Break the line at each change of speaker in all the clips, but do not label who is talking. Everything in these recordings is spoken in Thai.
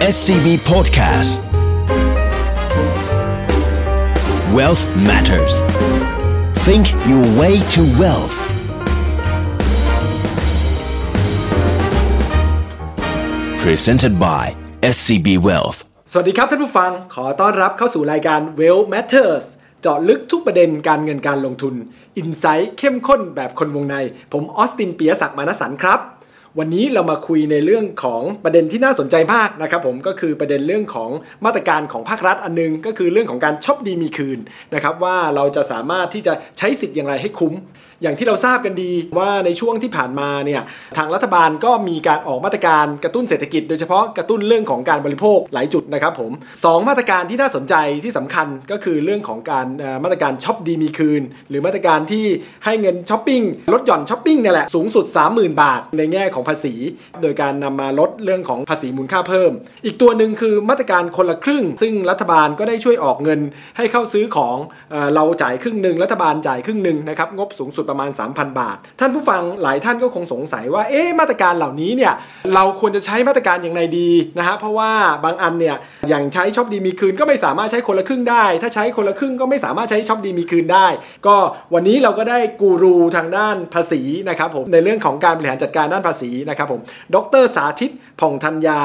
SCB Podcast Wealth Matters Think your way to wealth presented by SCB Wealth
สวัสดีครับท่านผู้ฟัง ขอต้อนรับเข้าสู่รายการ Well Matters เจาะลึกทุกประเด็นการเงินการลงทุน อินไซต์เข้มข้นแบบคนวงใน ผมออสตินเปียศักดิ์มานสันครับ วันนี้เรามาคุยในเรื่องของประเด็นที่น่าสนใจมากนะครับผมก็คือประเด็นเรื่องของมาตรการของภาครัฐอันหนึง ก็คือเรื่องของการช็อปดีมีคืนนะครับว่าเราจะสามารถที่จะใช้สิทธิ์อย่างไรให้คุ้ม อย่างที่เราทราบกันดีว่าในช่วงที่ผ่านมาเนี่ยทางรัฐบาลก็มีการออกมาตรการกระตุ้นเศรษฐกิจ โดยเฉพาะกระตุ้นเรื่องของการบริโภคหลายจุดนะครับผมสองมาตรการที่น่าสนใจที่สำคัญก็คือเรื่องของการเอ่อมาตรการช็อปดีมีคืน หรือมาตรการที่ให้เงินช้อปปิ้งลดหย่อนช้อปปิ้งเนี่ยแหละสูงสุด 30,000 บาท ในแง่ของภาษี โดยการนำมาลดเรื่องของภาษีมูลค่าเพิ่ม อีกตัวหนึ่งคือมาตรการคนละครึ่ง ซึ่งรัฐบาลก็ได้ช่วยออกเงินให้เข้าซื้อของเอ่อเราจ่ายครึ่งหนึ่งรัฐบาลจ่ายครึ่งหนึ่งนะครับงบสูงสุดประมาณ 3,000 บาท ท่านผู้ฟังหลายท่านก็คงสงสัยว่าเอ๊ะมาตรการเหล่านี้เนี่ยเราควรจะใช้มาตรการอย่างไรดีนะฮะเพราะว่าบางอันเนี่ยอย่างใช้ช็อปดีมีคืนก็ไม่สามารถใช้คนละครึ่งได้ ถ้าใช้คนละครึ่งก็ไม่สามารถใช้ช็อปดีมีคืนได้ ก็วันนี้เราก็ได้กูรูทางด้านภาษีนะครับผมในเรื่องของการบริหารจัดการด้านภาษีนะครับผมดรสาธิตผ่องธัญญา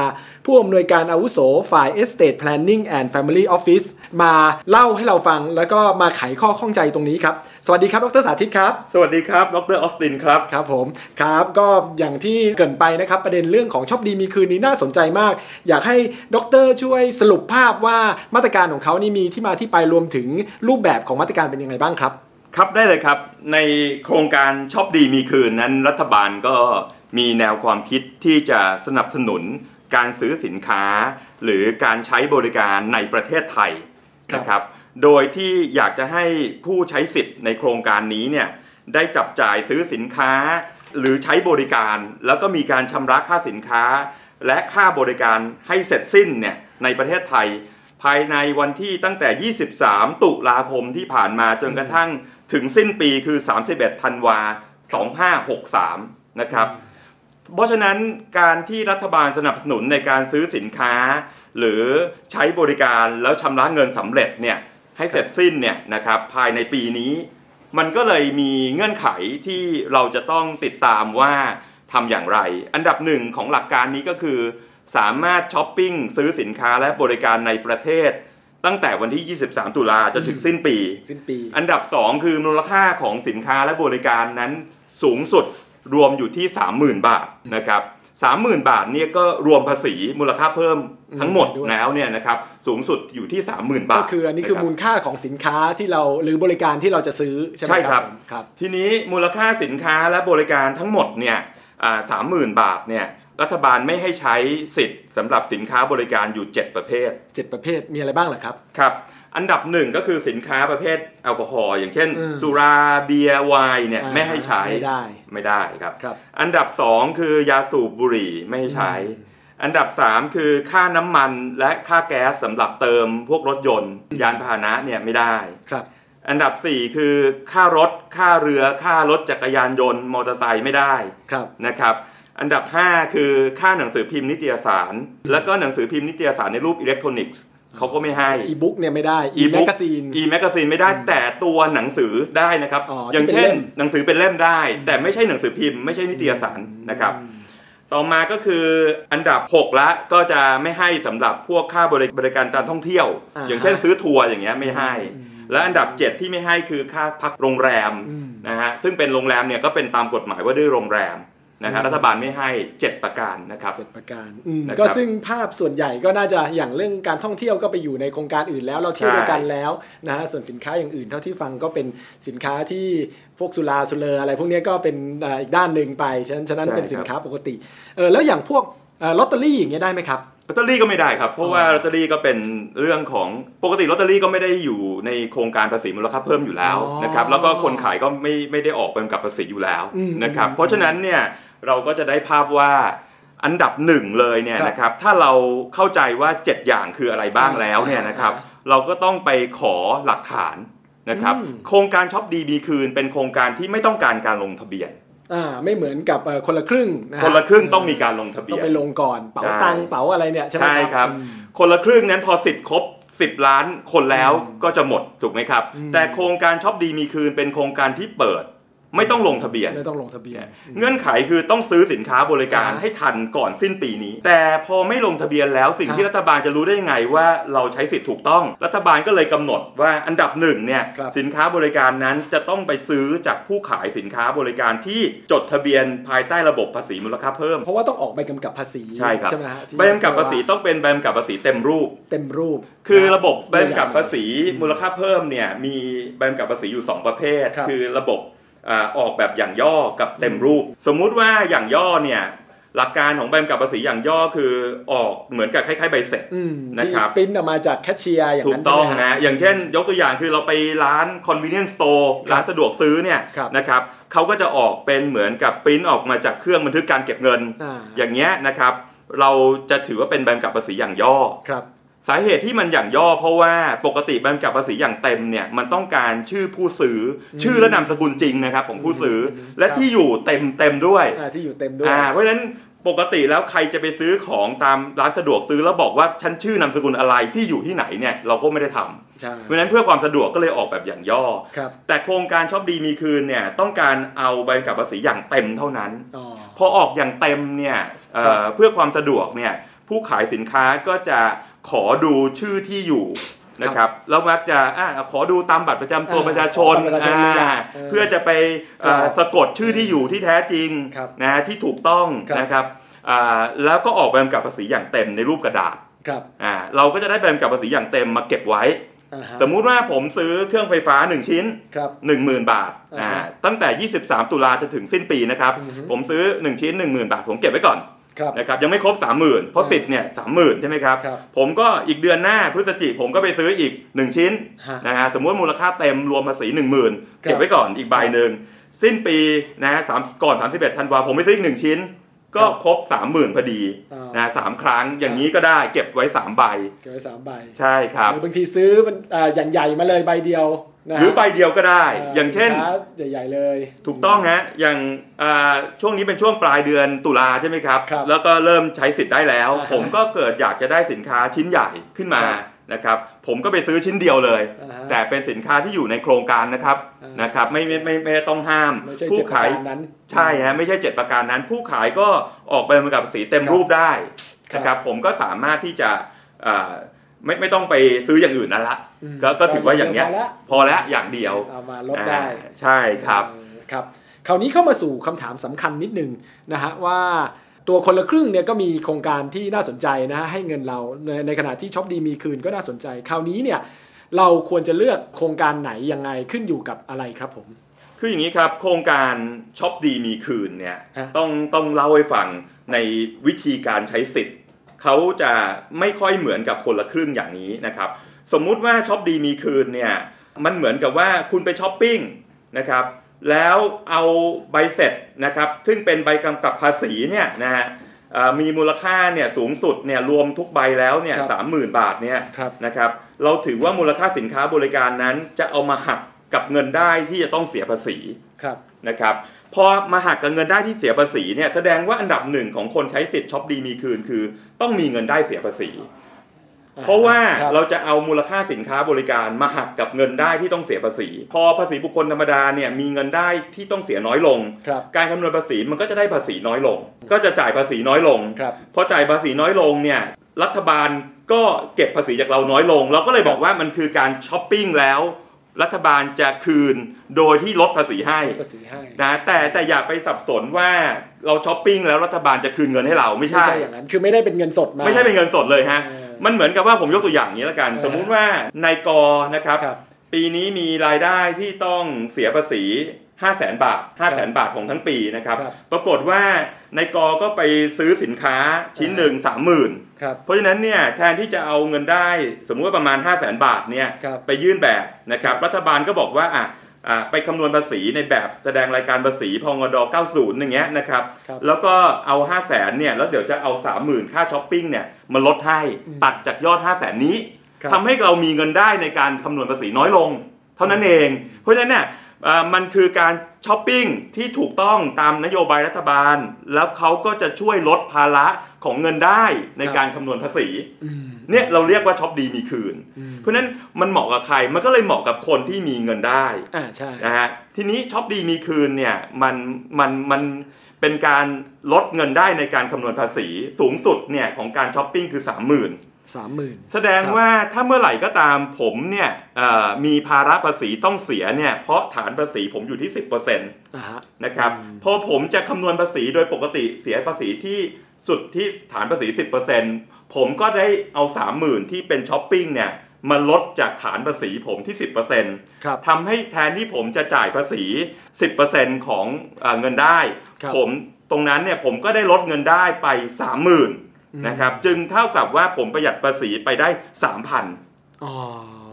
ผู้อำนวยการอาวุโสฝ่าย Estate Planning and Family Office มาเล่าให้เราฟังแล้วก็มาไขข้อข้องใจตรงนี้ครับ สวัสดีครับดรสาธิตครับ
สวัสดีครับ ดรออสตินครับ
ครับผมครับก็อย่างที่เกรินไปนะครับ ประเด็นเรื่องของชอบดีมีคืนนี้น่าสนใจมาก อยากให้ดรช่วยสรุปภาพว่ามาตรการของเขานี่มีที่มาที่ไปรวมถึงรูปแบบของมาตรการเป็นยังไงบ้างครับ
ครับได้เลยครับ ในโครงการช็อปดีมีคืนนั้นรัฐบาลก็มีแนวความคิดที่จะสนับสนุนการซื้อสินค้า หรือการใช้บริการในประเทศไทย
ครับ
นะครับ โดยที่อยากจะให้ผู้ใช้สิทธิ์ในโครงการนี้เนี่ยได้จับจ่ายซื้อสินค้า หรือใช้บริการ แล้วก็มีการชำระค่าสินค้า และค่าบริการให้เสร็จสิ้นเนี่ยในประเทศไทย ภายในวันที่ตั้งแต่ 23 ตุลาคมที่ผ่านมาจนกระทั่งถึงสิ้นปีคือ 31 ธันวา 2563 นะครับ เพราะฉะนั้นการที่รัฐบาลสนับสนุนในการซื้อสินค้า หรือใช้บริการแล้วชำระเงินสำเร็จเนี่ยให้เสร็จสิ้นเนี่ยนะครับภายในปีนี้ มันก็เลยมีเงื่อนไขที่เราจะต้องติดตามว่าทำอย่างไร อันดับหนึ่งของหลักการนี้ก็คือ สามารถช้อปปิ้งซื้อสินค้าและบริการในประเทศ ตั้งแต่วันที่ 23 ตุลาจนถึงสิ้นปี
สิ้นปี
อันดับ 2 คือมูลค่าของสินค้าและบริการนั้นสูงสุดรวมอยู่ที่ 30,000 บาทนะครับ30,000 บาทเนี่ยก็รวมภาษีมูลค่าเพิ่มทั้งหมดแล้วเนี่ยนะครับสูงสุดอยู่ที่ 30,000 บา
ก็
ท
คืออันนี้คือ
รับ
มูลค่าของสินค้าที่เราหรือบริการที่เราจะซื้อใช่ไหม
ใช่
ค
ครั
รับบ ผมครับ
ทีนี้มูลค่าสินค้าและบริการทั้งหมดเนี่ยสามหมื่นบาทเนี่ยรัฐบาลไม่ให้ใช้สิทธิ์สำหรับสินค้าบริการอยู่ 7 ประเภท
เจ็ดประเภทมีอะไรบ้างล่ะครับ
ครับอันดับหนึ่งก็คือสินค้าประเภทแอลกอฮอล์อย่างเช่น
อืม
สุราเบียร์ไวน์เนี่ย
อ่า
ไม่ให้ใช้
ไม่ได้
ไม่ได้ครับ
ครับ
อันดับสองคือยาสูบบุหรี่ไม่ให้ใช้ อันดับสามคือค่าน้ำมันและค่าแก๊สสำหรับเติมพวกรถยนต์ ยานพาหนะเนี่ยไม่ได้
ครับ
อันดับ 4 คือค่ารถ ค่าเรือ ค่ารถจักรยานยนต์ มอเตอร์ไซค์ไม่ได้
ครับ
นะครับ อันดับ 5 คือค่าหนังสือพิมพ์นิตยสาร แล้วก็หนังสือพิมพ์นิตยสารในรูปอิเล็กทรอนิกส์เขาก็ไม่ให้
อีบุ๊กเนี่ยไม่ได้ อีแมก
e-book
กาซีน
อีแมกกาซีนไม่ได้แต่ตัวหนังสือได้นะครับ
อ๋ออ
อย่าง
ที่เป็น
เช่น
เล่ม
หนังสือเป็นเล่มได้ แต่ไม่ใช่หนังสือพิมพ์ไม่ใช่นิตยสารนะครับ ต่อมาก็คืออันดับ 6 ละก็จะไม่ให้สำหรับพวกค่าบริบริการการท่องเที่ยว
อ่าฮะ
อย่างเช่นซื้อทัวร์อย่างเงี้ยไม่ให้ และอันดับ 7 ที่ไม่ให้คือค่าพักโรงแรม
อืม
นะฮะซึ่งเป็นโรงแรมเนี่ยก็เป็นตามกฎหมายว่าด้วยโรงแรมนะฮะรัฐบาลไม่ให้ 7 ประการนะครับ
เจ็ดประการอืม
นะครับ
ก็ซึ่งภาพส่วนใหญ่ก็น่าจะอย่างเรื่องการท่องเที่ยวก็ไปอยู่ในโครงการอื่นแล้วเราเที่ยวด้วยกันแล้วนะฮะส่วนสินค้าอย่างอื่นเท่าที่ฟังก็เป็นสินค้าที่พวกสุราสุเลออะไรพวกเนี้ยก็เป็นอ่าอีกด้านหนึ่งไปฉะนั้นฉะนั้น
ใช่
เป็นสินค้าปกติเออแล้วอย่างพวกเอ่อลอตเตอรี่อย่างเงี้ยได้ไหมครับ
ลอตเตอรี่ก็ไม่ได้ครับ เพราะว่า
อ๋อ
ลอตเตอรี่ก็เป็นเรื่องของปกติลอตเตอรี่ก็ไม่ได้อยู่ในโครงการภาษีมูลค่าเพิ่มอยู่แล้ว
อ๋อ
นะครับแล้วก็คนขายก็ไม่ไม่ได้ออกเป็นกับภาษีอยู่แล้ว
อืม
นะครับ
อืม
เพราะฉะนั้นเนี่ยเราก็จะได้ภาพว่าอันดับหนึ่งเลยเนี่ย
ครับ
นะครับถ้าเราเข้าใจว่า 7 อย่างคืออะไรบ้างแล้วเนี่ยนะครับเราก็ต้องไปขอหลักฐานนะครับ
อืม
โครงการช็อปดีมีคืนเป็นโครงการที่ไม่ต้องการการลงทะเบียน
อ่าไม่เหมือนกับเอ่อคนละครึ่งนะฮ
คนละครึ่งต้องมีการลงทะเบี
ต้อง
ยน
ไปลงก่อนเป๋า
ใช่
ตังค์เป๋าอะไรเนี่ยใช่ไหม
ใช่
ค
ค
รั
รับ บ คนละครึ่งนั้นพอสิทธิ์ครบ 10 ล้านคนแล้วก็จะหมดถูกไหมครับ
อืม
แต่โครงการช็อปดีมีคืนเป็นโครงการที่เปิด ไม่ต้องลงทะเบียน
ไม่ต้องลงทะเบียน
เงื่อนไขคือต้องซื้อสินค้าบริการ
อ่า
ให้ทันก่อนสิ้นปีนี้ แต่พอไม่ลงทะเบียนแล้วสิ่งที่
ครับ
รัฐบาลจะรู้ได้ยังไงว่าเราใช้สิทธิ์ถูกต้อง รัฐบาลก็เลยกำหนดว่าอันดับหนึ่งเนี่ย
ครับ
สินค้าบริการนั้นจะต้องไปซื้อจากผู้ขายสินค้าบริการที่จดทะเบียนภายใต้ระบบภาษีมูลค่าเพิ่ม
เพราะว่าต้องออกใบกำกับภาษี
ใช่ครับ
ไหมฮะที่
ใบกำกับภาษีต้องเป็นใบกำกับภาษีเต็มรูป
เต็มรูป
คือระ
น
บบใบกำกับภาษีมูลค่าเพิ่มเนี่ยมีใบกำกับภาษีอยู่ 2 ประเภท
ครับ
คือระบบอ่าออกแบบอย่างย่อกับเต็มรูป สมมุติว่าอย่างย่อเนี่ยหลักการของใบกำกับภาษีอย่างย่อคือออกเหมือนกับคล้ายๆใบเสร็จ
อืม
นะครับ
ที่ปริ้นออกมาจากแคชเชียร์อย่าง
ถูก
นั้น
ต้อง
ใช่ไหมฮะ
นะอย่างเช่น ยกตัวอย่างคือเราไปร้าน convenience store ร้านสะดวกซื้อเนี่ย
ครับ
นะครับเขาก็จะออกเป็นเหมือนกับปริ้นออกมาจากเครื่องบันทึกการเก็บเงิน
อ่า
อย่างเงี้ยนะครับเราจะถือว่าเป็นใบกำกับภาษีอย่างย่อ
ครับ
สาเหตุที่มันอย่างย่อเพราะว่าปกติใบกำกับภาษีอย่างเต็มเนี่ยมันต้องการชื่อผู้ซื้ออชื่อและนามสกุลจริงนะครับของผู้ซื้ออ
ม
และ
ครับ
ที่อยู่เต็มเต็มด้วย
อ่าที่อยู่เต็มด้วย
อ่าเพราะฉะนั้นปกติแล้วใครจะไปซื้อของตามร้านสะดวกซื้อแล้วบอกว่าฉันชื่อนามสกุลอะไรที่อยู่ที่ไหนเนี่ยเราก็ไม่ได้ทำ
ใช่
เพราะฉะนั้นเพื่อความสะดวกก็เลยออกแบบอย่างย่อ
ครับ
แต่โครงการชอบดีมีคืนเนี่ยต้องการเอาใบกำกับภาษีอย่างเต็มเท่านั้น
อ๋อ
พอออกอย่างเต็มเนี่ยเอ่อเพื่อความสะดวกเนี่ยผู้ขายสินค้าก็จะขอดูชื่อที่อยู่นะครับแล้วมักจะอะขอดูตามบัตรประจำตัว
อ่า
ประชาชน
ขอบัตรประชาชนเลย
อ่า
อ่ะเออ
เพื่อจะไปเอ่
ค
อ
รับ
สะกดชื่อที่อยู่ที่แท้จริง
ครับ
นะที่ถูกต้อง
ครับ
นะครับอ่าแล้วก็ออกใบกำกับภาษีอย่างเต็มในรูปกระดาษ
ครับ
อ่าเราก็จะได้ใบกำกับภาษีอย่างเต็มมาเก็บไว้
อ่าฮะ
สมมุติว่าผมซื้อเครื่องไฟฟ้า 1 ชิ้น
ครับ
10,000 บาท
อ่า
อ่า
ฮะ
ตั้งแต่ 23 ตุลาจนถึงสิ้นปีนะครับ
อือฮึ
ผมซื้อ 1 ชิ้น 10,000 บาท ผมเก็บไว้ก่อน
ครับ
นะครับ ยังไม่ครบ 30,000 เพราะสิทธิ์เนี่ย30,000 ใช่ไหมครับ
ครับ
ผมก็อีกเดือนหน้าพฤศจิผมก็ไปซื้ออีก 1 ชิ้น
ฮะ
นะฮะสมมติมูลค่าเต็มรวมภาษี 10,000 เก็บไว้ก่อนอีกใบหนึ่ง สิ้นปีนะฮะสามก่อน 31ธันวาผมไปซื้ออีก 1 ชิ้น ก็
ครับ
ครบ 30,000พอดี
อ่าน
นะสามครั้งอย่างนี้ก็ได้เก็บไว้สามใบ
เก็บไว้สามใบ
ใช่ครับ
หรือบางทีซื้อมันอ่าอย่างใหญ่มาเลยใบเดียวนะฮะ
หรือใบเดียวก็ได้ อย่างเช่น
สิค้าใหญ่ๆเลย
ถูกต้องฮะอย่างอ่าช่วงนี้เป็นช่วงปลายเดือนตุลาใช่ไหมครับ
ครับ
แล้วก็เริ่มใช้สิทธิ์ได้แล้ว
อ่าฮะ
ผมก็เกิดอยากจะได้สินค้าชิ้นใหญ่ขึ้นมา
ครับ
นะครับ ผมก็ไปซื้อชิ้นเดียวเลย
อ่าฮะ
แต่เป็นสินค้าที่อยู่ในโครงการนะครับ
อ่าน
นะครับไม่ไม่ไม่ไม่ต้องห้าม
ไม่ใช่
ผู้
เจ็ดประ
ขาย
การนั้น
ใช่ฮะไม่ใช่เจ็ดประการนั้น ผู้ขายก็ออกใบกำกับภาษีเต็ม
ครับ
รูปได้
ครับ
นะครับ ผมก็สามารถที่จะอ่าไม่ไม่ต้องไปซื้ออย่างอื่นนั่นละ
อืม
ก็ก็ถือว่าอย่างเนี้
พ
ย
อละ
พอแล้วอย่างเดียว
เอามาลดได้
อ่าใช่ครับ
เออครับคราวนี้เข้ามาสู่คำถามสำคัญนิดหนึงนะฮะว่าตัวคนละครึ่งเนี่ยก็มีโครงการที่น่าสนใจนะฮะให้เงินเราในในขณะที่ช็อปดีมีคืนก็น่าสนใจ คราวนี้เนี่ยเราควรจะเลือกโครงการไหนยังไงขึ้นอยู่กับอะไรครับผม
คืออย่างนี้ครับโครงการช็อปดีมีคืนเนี่ย
ฮะ
ต้องต้องเล่าให้ฟังในวิธีการใช้สิทธิ์เขาจะไม่ค่อยเหมือนกับคนละครึ่งอย่างนี้นะครับสมมุติว่าช็อปดีมีคืนเนี่ยมันเหมือนกับว่าคุณไปช้อปปิ้งนะครับแล้วเอาใบเสร็จนะครับซึ่งเป็นใบกำกับภาษีเนี่ยนะฮะเอ่อมีมูลค่าเนี่ยสูงสุดเนี่ยรวมทุกใบแล้วเนี่ย
ครับ
สามหมื่นบาทเนี่ย
ครับ
นะครับเราถือว่ามูลค่าสินค้าบริการนั้นจะเอามาหักกับเงินได้ที่จะต้องเสียภาษี
ครับ
นะครับพอมาหักกับเงินได้ที่เสียภาษีเนี่ยแสดงว่าอันดับหนึ่งของคนใช้สิทธิ์ช็อปดีมีคืนคือ ต้องมีเงินได้เสียภาษี เพราะว่า
คบ
เราจะเอามูลค่าสินค้าบริการมาหักกับเงินได้ที่ต้องเสียภาษี พอภาษีบุคคลธรรมดาเนี่ยมีเงินได้ที่ต้องเสียน้อยลง
ครับ
การคำนวณภาษีมันก็จะได้ภาษีน้อยลง ก็จะจ่ายภาษีน้อยลง
ครับ
พอจ่ายภาษีน้อยลงเนี่ยรัฐบาลก็เก็บภาษีจากเราน้อยลง เราก็เลยบอกว่ามันคือการช้อปปิ้งแล้ว รัฐบาลจะคืนโดยที่ลดภาษีให้
ภาษีให้
นะแต่แต่อย่าไปสับสนว่าเราช้อปปิ้งแล้วรัฐบาลจะคืนเงินให้เราไม่
ไม่
ใช่
ใช่อย่างนั้นคือไม่ได้เป็นเงินสดมา
ไม่ใช่เป็นเงินสดเลยฮะ
เออ
มันเหมือนกับว่าผมยกตัวอย่างนี้ละกัน
เออ
สมมุติว่านายกนะครับ
ครับ
ปีนี้มีรายได้ที่ต้องเสียภาษี 5 0 0แสนบาท 5 0 0แสนบาทของทั้งปีนะครับ
ครับ
ปรากฏว่านายกก็ไปซื้อสินค้าชิ้น
เออ
หนึ่งสามหมื่น
ครับ
เพราะฉะนั้นเนี่ยแทนที่จะเอาเงินได้สมมุติว่าประมาณ 5 0 0แสนบาทเนี่ย
ครับ
ไปยื่นแบบนะครับ รัฐบาลก็บอกว่าอ่ะอ่ะไปคำนวณภาษีในแบบแสดงรายการภาษีพงด90 อย่างเงี้ยนะครับ
ครับ
แล้วก็เอา 5 0 0แสนเนี่ยแล้วเดี๋ยวจะเอา 30,000 ค่าช้อปปิ้งเนี่ยมาลดให้ตัดจากยอด 5 0 0แสนนี้
ครับ
ทำให้เรามีเงินได้ในการคำนวณภาษีน้อยลง เท่านั้นเอง เพราะฉะนั้นเนี่ย เอ่อมันคือการช้อปปิ้งที่ถูกต้องตามนโยบายรัฐบาล แล้วเขาก็จะช่วยลดภาระของเงินได้ใน
ครับ
การคำนวณภาษีเนี่ยเราเรียกว่าช็อปดีมีคืน
อืม
เพราะฉะนั้นมันเหมาะกับใครมันก็เลยเหมาะกับคนที่มีเงินได้
อ่าใช่
นะฮะทีนี้ช็อปดีมีคืนเนี่ยมันมันมันเป็นการลดเงินได้ในการคำนวณภาษีสูงสุดเนี่ยของการช้อปปิ้งคือ 30,000
สามหมื่น
แสดง
ครับ
ว่าถ้าเมื่อไหร่ก็ตามผมเนี่ยเอ่อมีภาระภาษีต้องเสียเนี่ยเพราะฐานภาษีผมอยู่ที่ 10%น
อ่าฮะ
ะครับ
อืม
พอผมจะคำนวณภาษีโดยปกติเสียภาษีที่สุดที่ฐานภาษี 10%ผมก็ได้เอา 30,000 ที่เป็นช้อปปิ้งเนี่ยมาลดจากฐานภาษีผมที่ 10%
ครับ
ทำให้แทนที่ผมจะจ่ายภาษี 10%ของเออเงินได้
ครับ
ผมตรงนั้นเนี่ยผมก็ได้ลดเงินได้ไป 30,000นะครับจึงเท่ากับว่าผมประหยัดภาษีไปได้ 3,000
อ๋อ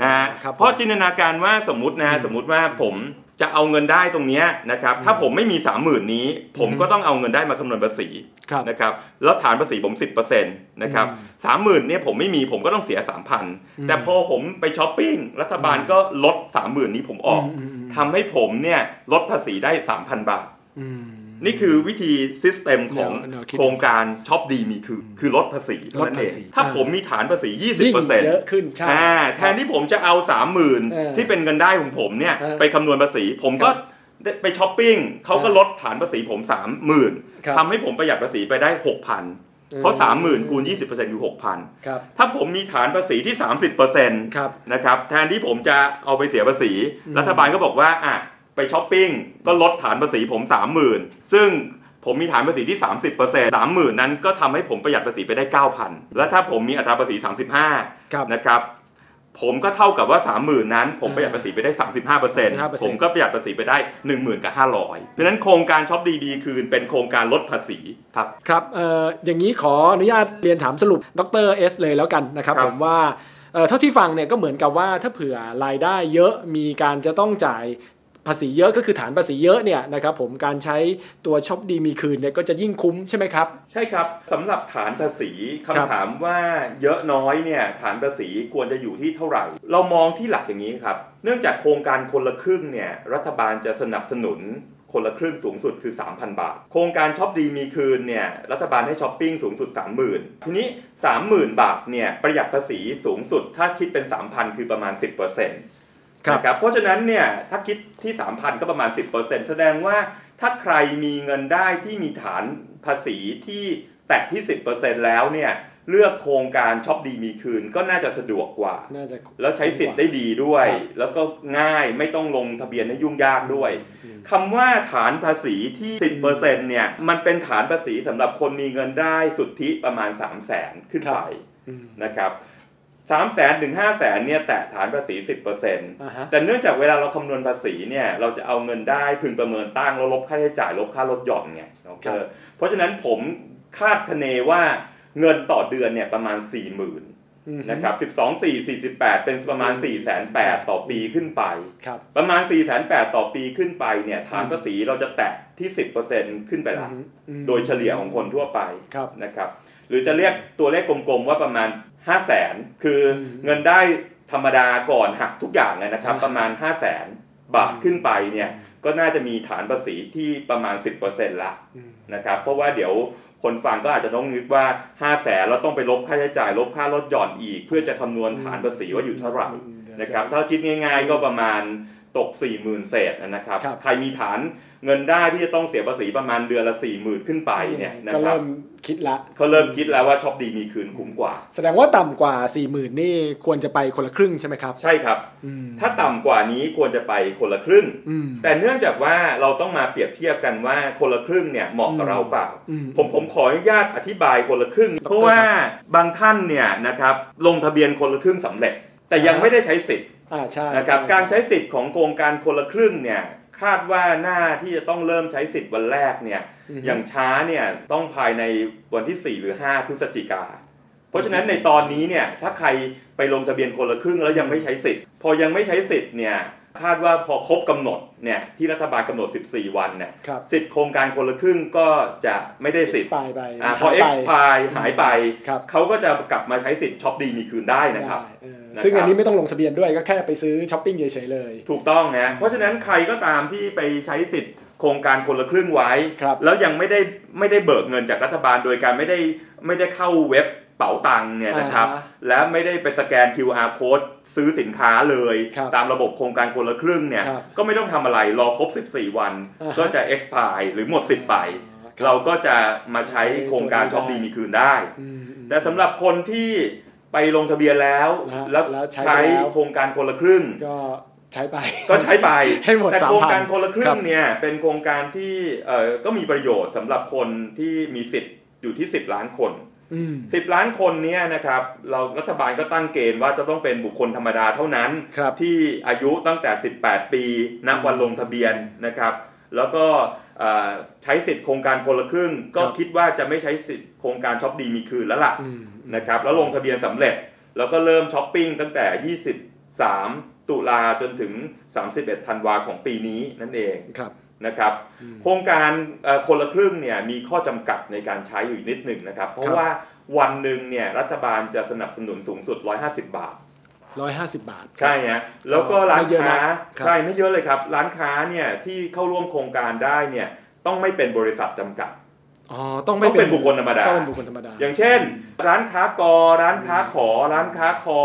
นะฮะ
ครับ
เพราะจินตนาการว่าสมมตินะสมมติว่าผมจะเอาเงินได้ตรงเนี้ยนะครับถ้าผมไม่มี 30,000 นี้ ผมก็ต้องเอาเงินได้มาคำนวณภาษี
ครับ
นะครับแล้วฐานภาษีผม 10%นะครับสามหมื่นเนี่ยผมไม่มีผมก็ต้องเสีย 3,000 แต่พอผมไปช้อปปิ้งรัฐบาลก็ลด 30,000 นี้ผมออก
อืมอืมอืม
ทำให้ผมเนี่ยลดภาษีได้ 3,000 บาท
อืม
นี่คือวิธีซิสเต็มของ
แนวแนวคิด
โครงการช็อปดีมีคือคือลดภาษีเท่านั้น
ลดภา
เอ
ง ษี
ถ้า
อ่า
ผมมีฐานภาษี
ยิ่ง
20%
เยอะขึ้นใช่
อ่าแทนที่ผมจะเอา
เออ
30,000 ที่เป็นเงินได้ของผมเนี่ย
เออ
ไปคำนวณภาษี ผมก็ได้ไปช้อปปิ้งเขาก็ลดฐานภาษีผม
ครับ
30,000ทำให้ผมประหยัดภาษีไปได้ 6,000 เพราะ 30,000คูณ20%คือ 6,000
ครับ
ถ้าผมมีฐานภาษีที่ 30%
ครับ
นะครับแทนที่ผมจะเอาไปเสียภาษี รัฐบาลก็บอกว่าอ่ะไปช้อปปิ้งก็ลดฐานภาษีผม 30,000 ซึ่งผมมีฐานภาษีที่ 30% 30,000 นั้นก็ทำให้ผมประหยัดภาษีไปได้ 9,000 และถ้าผมมีอัตราภาษี
ครับ
35 นะครับ ผมก็เท่ากับว่า 30,000 นั้น ผมประหยัดภาษีไปได้ 35%
35%
ผมก็ประหยัดภาษีไปได้ 10,000กับ500ดังนั้นโครงการช็อปดีดีคืนเป็นโครงการลดภาษีครับ
ครับเอ่ออย่างนี้ขออนุญาตเรียนถามสรุปดรเอสเลยแล้วกันนะครับ
ครับ
ผมว่าเอ่อเท่าที่ฟังเนี่ยก็เหมือนกับว่าถ้าเผื่อรายได้เยอะมีการจะต้องจ่ายภาษีเยอะก็คือฐานภาษีเยอะเนี่ยนะครับผมการใช้ตัวช็อปดีมีคืนเนี่ยก็จะยิ่งคุ้มใช่ไหมครับ
ใช่ครับสำหรับฐานภาษี
ครับ
คำถามว่าเยอะน้อยเนี่ยฐานภาษีควรจะอยู่ที่เท่าไหร่ เรามองที่หลักอย่างนี้ครับ เนื่องจากโครงการคนละครึ่งเนี่ยรัฐบาลจะสนับสนุนคนละครึ่งสูงสุดคือ 3,000 บาท โครงการช็อปดีมีคืนเนี่ยรัฐบาลให้ช้อปปิ้งสูงสุด 30,000 ทีนี้ 30,000 บาทเนี่ยประหยัดภาษีสูงสุด ถ้าคิดเป็น 3,000 คือประมาณ 10%
ครับ
นะครับเพราะฉะนั้นเนี่ยถ้าคิดที่ 3,000 ก็ประมาณ 10%แสดงว่าถ้าใครมีเงินได้ที่มีฐานภาษีที่แตะที่ 10%แล้วเนี่ยเลือกโครงการช็อปดีมีคืนก็น่าจะสะดวกกว่า
น่าจะ
แล้วใช้สิทธิ์ได้ดีด้วย
ครับ
แล้วก็ง่ายไม่ต้องลงทะเบียนให้ยุ่งยากด้วยคำว่าฐานภาษีที่ 10%เนี่ยมันเป็นฐานภาษีสำหรับคนมีเงินได้สุทธิประมาณ 3 0 0 0 0 0ขึ้น
ครับ
ไปนะครับสามแสนถึงห้าแสนเนี่ยแตะฐานภาษี 10%
อ่าฮะ
แต่เนื่องจากเวลาเราคำนวณภาษีเนี่ยเราจะเอาเงินได้พึงประเมินตั้งแล้วลบค่าใช้จ่ายลบค่าลดหย่อนไงน้องเจอเพราะฉะนั้นผมคาดคะเนว่าเงินต่อเดือนเนี่ยประมาณ 4 0 0 0 0ื่นนะครับสิบสองสี่สี่สิบแปดเป็นประมาณ4ี่แสนแปดต่อปีขึ้นไป
ครับ
ประมาณ4ี่แสนแปดต่อปีขึ้นไปเนี่ยฐานภาษีเราจะแตะที่ 10%ขึ้นไปละ
อือฮึอืม
โดยเฉลี่ยของคนทั่วไป
ครับ
นะครับหรือจะเรียกตัวเลขกลมๆว่าประมาณ 5 0 0แสนคืออเงินได้ธรรมดาก่อนหักทุกอย่างเลยนะครับ
อ่า
ประมาณ 5 0 0แสนบาทขึ้นไปเนี่ยก็น่าจะมีฐานภาษีที่ประมาณ 10%ละนะครับเพราะว่าเดี๋ยวคนฟังก็อาจจะต้องนึกว่า 5 0 0แสนเราต้องไปลบค่าใช้จ่ายลบค่าลดหย่อนอีก เพื่อจะคำนวณฐานภาษีว่าอยู่เท่าไหร่ นะครับถ้าคิดง่ายๆก็ประมาณตก 4 0,000เศษนะครับ
ครับ
ใครมีฐานเงินได้ที่จะต้องเสียภาษีประมาณเดือนละ 4 0,000 ขึ้นไปเนี่ยนะ
ก็
ครับ
เริ่มคิดละ
เขาเริ่มคิดแล้วว่าช็อปดีมีคืนคุ้มกว่า
แสดงว่าต่ำกว่า 4 0,000ื่นนี่ควรจะไปคนละครึ่งใช่ไหมครับ
ใช่ครับ ถ้าต่ำกว่านี้ควรจะไปคนละครึ่ง
อืม
แต่เนื่องจากว่าเราต้องมาเปรียบเทียบกันว่าคนละครึ่งเนี่ยเหมาะกับเราเปล่า
อืม
ผมผมขออนุญาตอธิบายคนละครึ่ง เพ
ครั
ราะ
บ
ว่าบางท่านเนี่ยนะครับลงทะเบียนคนละครึ่งสำเร็จ แต่ยัง
อ่า
ไม่ได้ใช้สิทธิ
อ่าใช่
นะครับ
ช่
การใช้สิทธิ์ของโครงการคนละครึ่งเนี่ยคาดว่าหน้าที่จะต้องเริ่มใช้สิทธิ์วันแรกเนี่ยอย่างช้าเนี่ยต้องภายในวันที่ 4 หรือ 5 พฤศจิกา เพราะฉะนั้นในตอนนี้เนี่ยถ้าใครไปลงทะเบียนคนละครึ่งแล้วยังไม่ใช้สิทธิ์ พอยังไม่ใช้สิทธิ์เนี่ย คาดว่าพอครบกำหนดเนี่ยที่รัฐบาลกำหนด 14 วันเนี่ย
ครับ
สิทธิ์โครงการคนละครึ่งก็จะไม่ได้สิทธิ์
expire ไป
อ่าพอ
หายไป
expire หายไป
ครับ
เขาก็จะกลับมาใช้สิทธิ์ช็อปดีมีคืนได้นะครับ
ได้เออ
นะครับ
ซึ่งอันนี้ไม่ต้องลงทะเบียนด้วยก็แค่ไปซื้อช้อปปิ้งเฉยๆเลย
ถูกต้องนะเพราะฉะนั้นใครก็ตามที่ไปใช้สิทธิ์โครงการคนละครึ่งไว้
ครับ
แล้วยังไม่ได้ไม่ได้เบิกเงินจากรัฐบาลโดยการไม่ได้ไม่ได้เข้าเว็บเป๋าตังค์เนี่ยนะครับ
อ่าฮะ
และไม่ได้ไปสแกน QR code ซื้อสินค้าเลย
ครับ
ตามระบบโครงการคนละครึ่งเนี่ย
ครับ
ก็ไม่ต้องทำอะไรรอครบ 14 วัน
อ่าฮะ
ก็จะ expire หรือหมดสิทธิ์ไป
อ๋อครับ
เราก็จะมาใช้โครงการช็อปดีมีคืนได้
อืมอืม
แต่สำหรับคนที่ไปลงทะเบียนแล้ว
นะฮะ
แล้ว
แล้วใช้
ใช้
แล้ว
โครงการคนละครึ่ง
ก็ใช้ไป
ก็ใช้ไป
ให้หมด
แต่
3,000
โครงการคนละครึ่
ครั
ง
บ
เนี่ยเป็นโครงการที่เอ่อก็มีประโยชน์สำหรับคนที่มีสิทธิ์อยู่ที่ 10 ล้านคน
อืม
10 ล้านคนเนี่ยนะครับเรารัฐบาลก็ตั้งเกณฑ์ว่าจะต้องเป็นบุคคลธรรมดาเท่านั้น
ครับ
ที่อายุตั้งแต่ 18 ปีนับวันลงทะเบียนนะครับ แล้วก็เอ่อใช้สิทธิ์โครงการคนละครึ่ง ก็
ครับ
คิดว่าจะไม่ใช้สิทธิ์โครงการช็อปดีมีคืนแล้วล่ะ
อืม
นะครับแล้วลงทะเบียนสำเร็จแล้วก็เริ่มช้อปปิ้งตั้งแต่ 23 ตุลาจนถึง 31 ธันวาของปีนี้นั่นเอง
ครับ
นะครับ โครงการเอ่อคนละครึ่งเนี่ยมีข้อจำกัดในการใช้อยู่นิดหนึ่งนะครับ
ค
เพราะ
รับ
ว่าวันหนึ่งเนี่ยรัฐบาลจะสนับสนุนสูงสุด 150 บาท
ร้อยห้าสิบบาท
ใช่ฮะแล้วก็ร้าน
ไม่เยอะ
ค้า
นะ
ใช่ไม่เยอะเลยครับ ร้านค้าเนี่ยที่เข้าร่วมโครงการได้เนี่ยต้องไม่เป็นบริษัทจำกัด
อ๋อต้องไม่
ต้องเป็นบุคคลธรรมดา
ต้องเป็นบุคคลธรรมดา
อย่างเช่น ร้านค้ากอ ร้านค้าขอ ร้านค้าคอ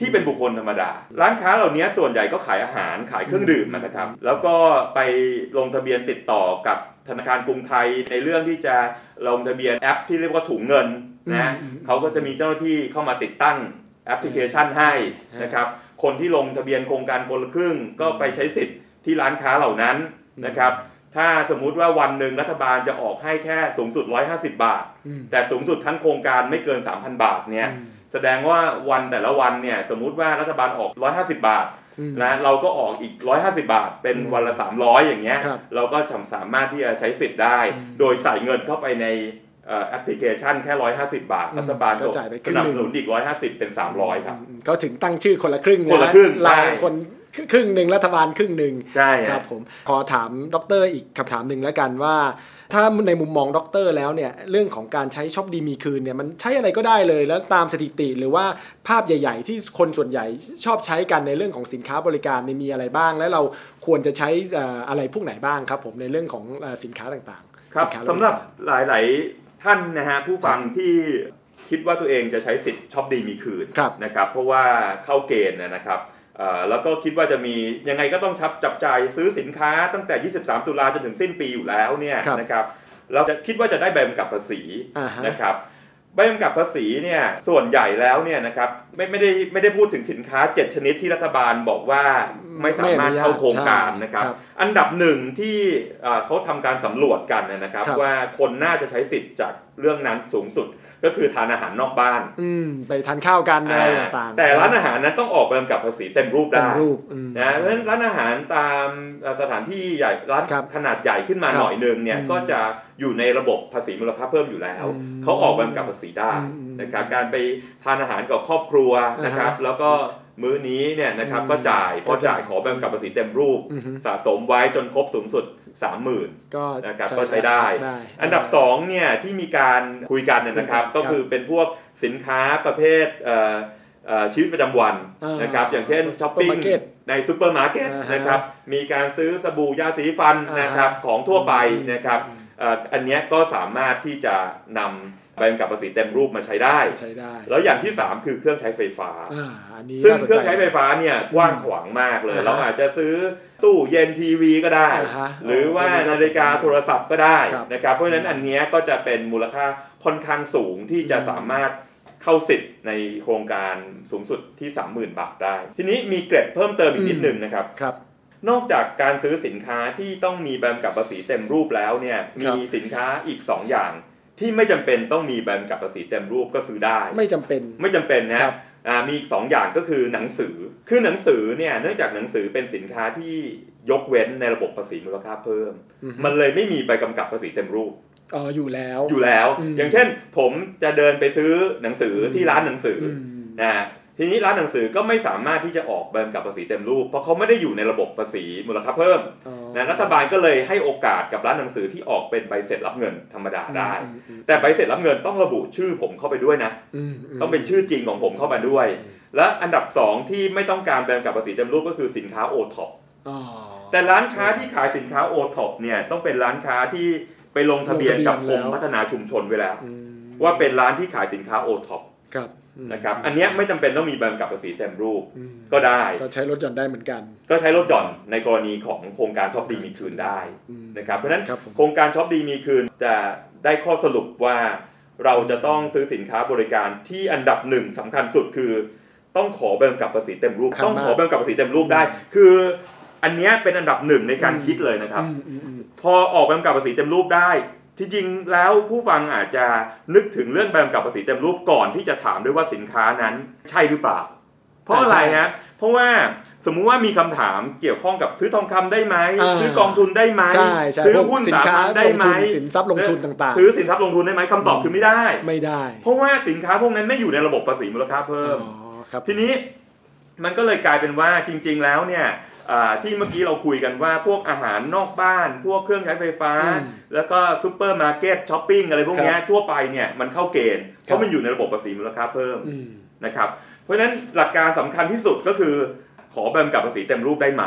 ที่เป็นบุคคลธรรมดา ร้านค้าเหล่านี้ส่วนใหญ่ก็ขายอาหารขายเครื่องดื่มนะครับ แล้วก็ไปลงทะเบียนติดต่อกับธนาคารกรุงไทยในเรื่องที่จะลงทะเบียนแอปที่เรียกว่าถุงเงินนะ
อืมอืม
เขาก็จะมีเจ้าหน้าที่เข้ามาติดตั้งแอปพลิเคชันให้นะครับ คนที่ลงทะเบียนโครงการคนละครึ่งก็ไปใช้สิทธิ์ที่ร้านค้าเหล่านั้นนะครับ ถ้าสมมุติว่าวันหนึ่งรัฐบาลจะออกให้แค่สูงสุด 150 บาท
อืม
แต่สูงสุดทั้งโครงการไม่เกิน 3,000 บาทเนี่ยแสดงว่าวันแต่ละวันเนี่ยสมมุติว่ารัฐบาลออก 150 บาท
อืม
นะเราก็ออกอีก 150 บาท เป็นวันละ 300 อย่างเงี้ย
ครับ
เราก็จำสามารถที่จะใช้สิทธิ์ได้
อืม
โดยใส่เงินเข้าไปในเอ่อแอปพลิเคชันแค่ 150 บาท
อืม
รัฐบาล
ก็จ่ายไปครึ่ง
ส
หนึ่ง
นับสนุนอีก 150 เป็น 300 ครับ
อืมเขาถึงตั้งชื่อคนละครึ่ง
คนละครึ่ง
เรา
ใช่
คนครึ่งหนึ่งรัฐบาลครึ่งหนึ่ง
ใช่
ค
ค
รั
รั
บบ ผมขอถามดรอีกคำถามหนึ่งแล้วกันว่า ถ้าในมุมมองดรแล้วเนี่ยเรื่องของการใช้ช็อปดีมีคืนเนี่ยมันใช้อะไรก็ได้เลยแล้วตามสถิติหรือว่าภาพใหญ่ ๆ ที่คนส่วนใหญ่ชอบใช้กันในเรื่องของสินค้าบริการเนี่ยมีอะไรบ้าง และเราควรจะใช้เอ่ออะไรพวกไหนบ้างครับผมในเรื่องของเอ่อสินค้าต่างๆ
ครับ
นค้า
สำหรับหลาย ๆ ท่านนะฮะผู้ฟังที่คิดว่าตัวเองจะใช้สิทธิ์ช็อปดีมีคืนนะครับ เพราะว่าเข้าเกณฑ์นะครับเอ่อแล้วก็คิดว่าจะมียังไงก็ต้องชับจับจ่ายซื้อสินค้าตั้งแต่ 23 ตุลาจนถึงสิ้นปีอยู่แล้วเนี่ยนะครับเราจะคิดว่าจะได้ใบกำกับภาษี
อ่าฮะ
นะครับใบกำกับภาษีเนี่ยส่วนใหญ่แล้วเนี่ยนะครับไม่ไม่ได้ไม่ได้พูดถึงสินค้า 7 ชนิดที่รัฐบาลบอกว่าไม่สามารถเข้าโครงการนะครับ
ครับ
อันดับหนึ่งที่เอ่อเขาทำการสำรวจกันเนยนะครับ
ครับ
ว่าคนน่าจะใช้สิทธิ์จากเรื่องนั้นสูงสุด ก็คือทานอาหารนอกบ้าน
อืมไปทานข้าวกันอะไรต่างๆ
แต่ร้านอาหารนั้นต้องออกใบกำกับภาษีเต็มรูป
เป็
ได้
นรูปอืม
นะเพราะฉะนั้นร้านอาหารตามเอ่อสถานที่ใหญ่ร้าน
ครับ
ขนาดใหญ่ขึ้นมา
ครับ
หน่อยหนึงเนี่ย
อืม
ก็จะอยู่ในระบบภาษีมูลค่าเพิ่มอยู่แล้ว
อืม
เขาออกใบกำกับภาษีได้
อืม
นะครับการไปทานอาหารกับครอบครัวนะครับ
อ่าฮะ
แล้วก็มื้อนี้เนี่ยนะครับ
อืม
ก็จ่ายพ
ก็
อ
จ่า
จ่าย ยขอใบกำกับภาษีเต็มรูป
อือฮึ
สะสมไว้จนครบสูงสุด 30,000
ก็
นะครับก็ใช้ได้ อันดับ 2 เนี่ยที่มีการคุยกันเนี่ยนะครับ
คุยกัน
ก็คือเป็นพวกสินค้าประเภทเอ่อเอ่อชีวิตประจำวัน
อ่าน
นะครับ อย่างเช่น
ซุ
ช้อ
ป
ป
เปอร์
ปิ้ง
มาร์เก็ต
ในซูเปอร์มาร์เก็ต
อ่าฮะ
นะครับ มีการซื้อสบู่ยาสีฟันนะครับ
อ่าฮะ
ของทั่วไป
อืม
นะครับเอ่ออันเนี้ยก็สามารถที่จะนำใบกำกับภาษีเต็มรูปมาใช้ได้
ใช้ได้
แล้วอย่างที่ 3 คือเครื่องใช้ไฟฟ้า
อ่าอันนี้
ซึ่ง
น่าสน
เครื่อง
ใจ
ใช้ไฟฟ้าเนี่ยกว้างขวางมากเลย
อ่าฮะ
เราอาจจะซื้อตู้เย็นทีวีก็ได้
อ่าฮะ
หรือว่านาฬิกาโทรศัพท์ก็ได้
ครับ
นะครับ เพราะฉะนั้นอันเนี้ยก็จะเป็นมูลค่าค่อนข้างสูงที่จะ
อืม
สามารถเข้าสิทธิ์ในโครงการสูงสุดที่ 30,000 บาทได้ ทีนี้มีเกร็ดเพิ่มเติมอีกนิดหนึ่งนะครับ
ครับ
นอกจากการซื้อสินค้าที่ต้องมีใบกำกับภาษีเต็มรูปแล้วเนี่ย
ครั
มี
บ
สินค้าอีกสองอย่าง ที่ไม่จำเป็นต้องมีใบกำกับภาษีเต็มรูปก็ซื้อได้
ไม่จำเป็น
ไม่จำเป็นนะครับ อ่ามีอีกสองอย่างก็คือหนังสือ คือหนังสือเนี่ยเนื่องจากหนังสือเป็นสินค้าที่ยกเว้นในระบบภาษีมูลค่าเพิ่ม
อือฮึ
มันเลยไม่มีใบกำกับภาษีเต็มรูป
อ๋ออยู่แล้ว
อยู่แล้ว
อืม
อย่างเช่น ผมจะเดินไปซื้อหนังสือที่ร้านหนังสืออ
ม
นะ ทีนี้ร้านหนังสือก็ไม่สามารถที่จะออกใบกำกับภาษีเต็มรูป เพราะเขาไม่ได้อยู่ในระบบภาษีมูลค่าเพิ่ม
อ๋อ
นะรัฐบาลก็เลยให้โอกาสกับร้านหนังสือที่ออกเป็นใบเสร็จรับเงินธรรมดาได้
อืมอืม
แต่ใบเสร็จรับเงินต้องระบุชื่อผมเข้าไปด้วยนะ
มม
ต้องเป็นชื่อจริงของผมเข้ามาด้วย และอันดับ 2 ที่ไม่ต้องการแบนกับภาษีเต็มรูปก็คือสินค้าโอท็อป
อ๋อ
แต่ร้านค้าที่ขายสินค้าโอท็อปเนี่ยต้องเป็นร้านค้าที่ไปลงทะเบียนกับกรมพัฒนาชุมชนไว้แล้ว
อืม
ว่าเป็นร้านที่ขายสินค้าโอท็อป
ครับอืม
นะครับอันเนี้ยไม่จำเป็นต้องมีแบนกับภาษีเต็มรูป
อืม
ก็ได้
ก็ใช้รถยนต์ได้เหมือนกัน
ก็ใช้ลดหย่อนในกรณีของโครงการช็อปดีมีคืนได้
อืม
นะครับเพราะฉะนั้น
ครับผม
โครงการช็อปดีมีคืนจะได้ข้อสรุปว่าเราจะต้องซื้อสินค้าบริการที่อันดับหนึ่งสำคัญสุดคือ ต้องขอใบกำกับภาษีเต็มรูป
สำคัญมาก
ต้องขอใบกำกับภาษีเต็มรูปได้ คืออันเนี้ยเป็นอันดับหนึ่งในการคิดเลยนะครับ
อืมอืมอืม
พอออกใบกำกับภาษีเต็มรูปได้ ที่จริงแล้วผู้ฟังอาจจะนึกถึงเรื่องใบกำกับภาษีเต็มรูปก่อนที่จะถามด้วยว่าสินค้านั้นใช่หรือเปล่า เพราะอะไรฮะเพราะว่าสมมุติว่ามีคำถามเกี่ยวข้องกับซื้อทองคำได้ไหม
อ่า
ซื้อกองทุนได้ไหม
ใช่ใช่
ซื้อ
พวก
หุ้น
สิน
สา
ค้า
มัญได้
ลง
ไหม
ทุนสินทรัพย์ลงทุนต่าง
ซื้อสินทรัพย์ลงทุนได้ไหมคำตอบคือไม่ได้
ๆ ไม่ได้
เพราะว่าสินค้าพวกนั้นไม่อยู่ในระบบภาษีมูลค่าเพิ่ม
อ๋อครับ
ทีนี้มันก็เลยกลายเป็นว่าจริง ๆ แล้วเนี่ยอ่าที่เมื่อกี้เราคุยกันว่าพวกอาหารนอกบ้าน พวกเครื่องใช้ไฟฟ้า
อืม
แล้วก็ซูเปอร์มาร์เก็ตช้อปปิ้งอะไรพวกเนี้ยทั่วไปเนี่ยมันเข้าเกณฑ์เพ
ครับ
ราะมันอยู่ในระบบภาษีมูลค่าเพิ่ม
อืม
นะครับเพราะฉะนั้นหลักการสำคัญที่สุดก็คือ ขอแบมกับภาษีเต็มรูปได้ไหม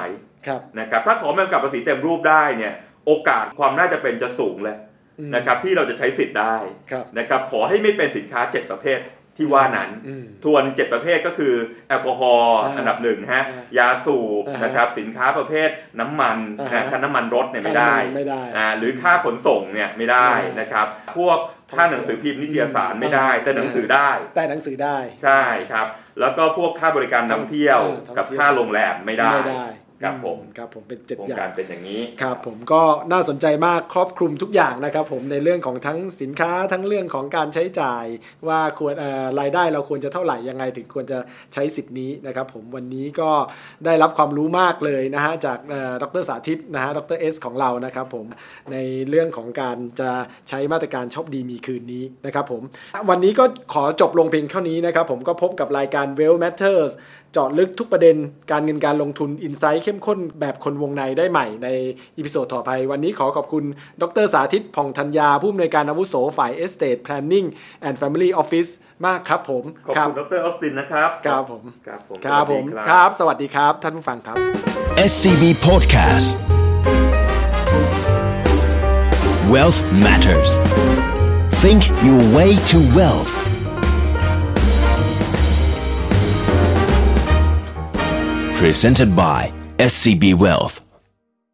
ครับ
นะครับถ้าขอแบมกับภาษีเต็มรูปได้เนี่ยโอกาสความน่าจะเป็นจะสูงเลย
อืม
นะครับที่เราจะใช้สิทธิ์ได้
ครับ
นะครับขอให้ไม่เป็นสินค้า 7 ประเภทที่ว่านั้น
อืม
ทวน7ประเภทก็คือแอลกอฮอล์
อ่า
อันดับหนึ่งนะฮะ
อ่าย
าสูบ
อ่าฮะ
นะครับสินค้าประเภทน้ำมัน
อ่าฮะ
นะค่าน้ำมันรถเนี่ยไม่ได้
ค่าน้ำมันไม่ได้
อ่าหรือค่าขนส่งเนี่ยไม่ได้
ไม่ได้
นะครับพวกค่าหนังสือพิมพ์นิตยสาร
อืม
ไม่ได้ แต่หนังสือได้
แต่หนังสือได้
ใช่ครับ แล้วก็พวกค่าบริการนำเที่ยว
เออท่องเที่ยว
กับค่าโรงแรมไม่ได้
ไม่ได้
ครับผม
ครับผมเป็นเจ็ด
โครง
อย่า
การ
ง
เป็นอย่างนี้
ครับผมก็น่าสนใจมากครอบคลุมทุกอย่างนะครับ ผมในเรื่องของทั้งสินค้าทั้งเรื่องของการใช้จ่าย ว่าควรเอ่อรายได้เราควรจะเท่าไหร่ยังไงถึงควรจะใช้สิทธิ์นี้นะครับ ผมวันนี้ก็ได้รับความรู้มากเลยนะฮะจากเอ่อดรสาธิตนะฮะดรเอสของเรานะครับ ผมในเรื่องของการจะใช้มาตรการช็อปดีมีคืนนี้นะครับ ผมวันนี้ก็ขอจบลงเพียงเท่านี้นะครับ ผมก็พบกับรายการ w e l l Matters เจาะลึกทุกประเด็นการเงินการลงทุนอินไซต์เข้มข้นแบบคนวงในได้ใหม่ในอีพิโซดต่อไป วันนี้ขอขอบคุณ ดรสาธิตพองธัญญา ผู้อำนวยการอาวุโสฝ่าย Estate Planning and Family Office มากครับผม
ขอบ
ครั
คุณดรออสตินนะครับ
ครับผม
ครับผม
ครับผม
สวัสดี
ครับ สวัสดีครับ ท่านผู้ฟังครับ
SCB Podcast Wealth Matters. Think your way to wealth. Presented by SCB Wealth.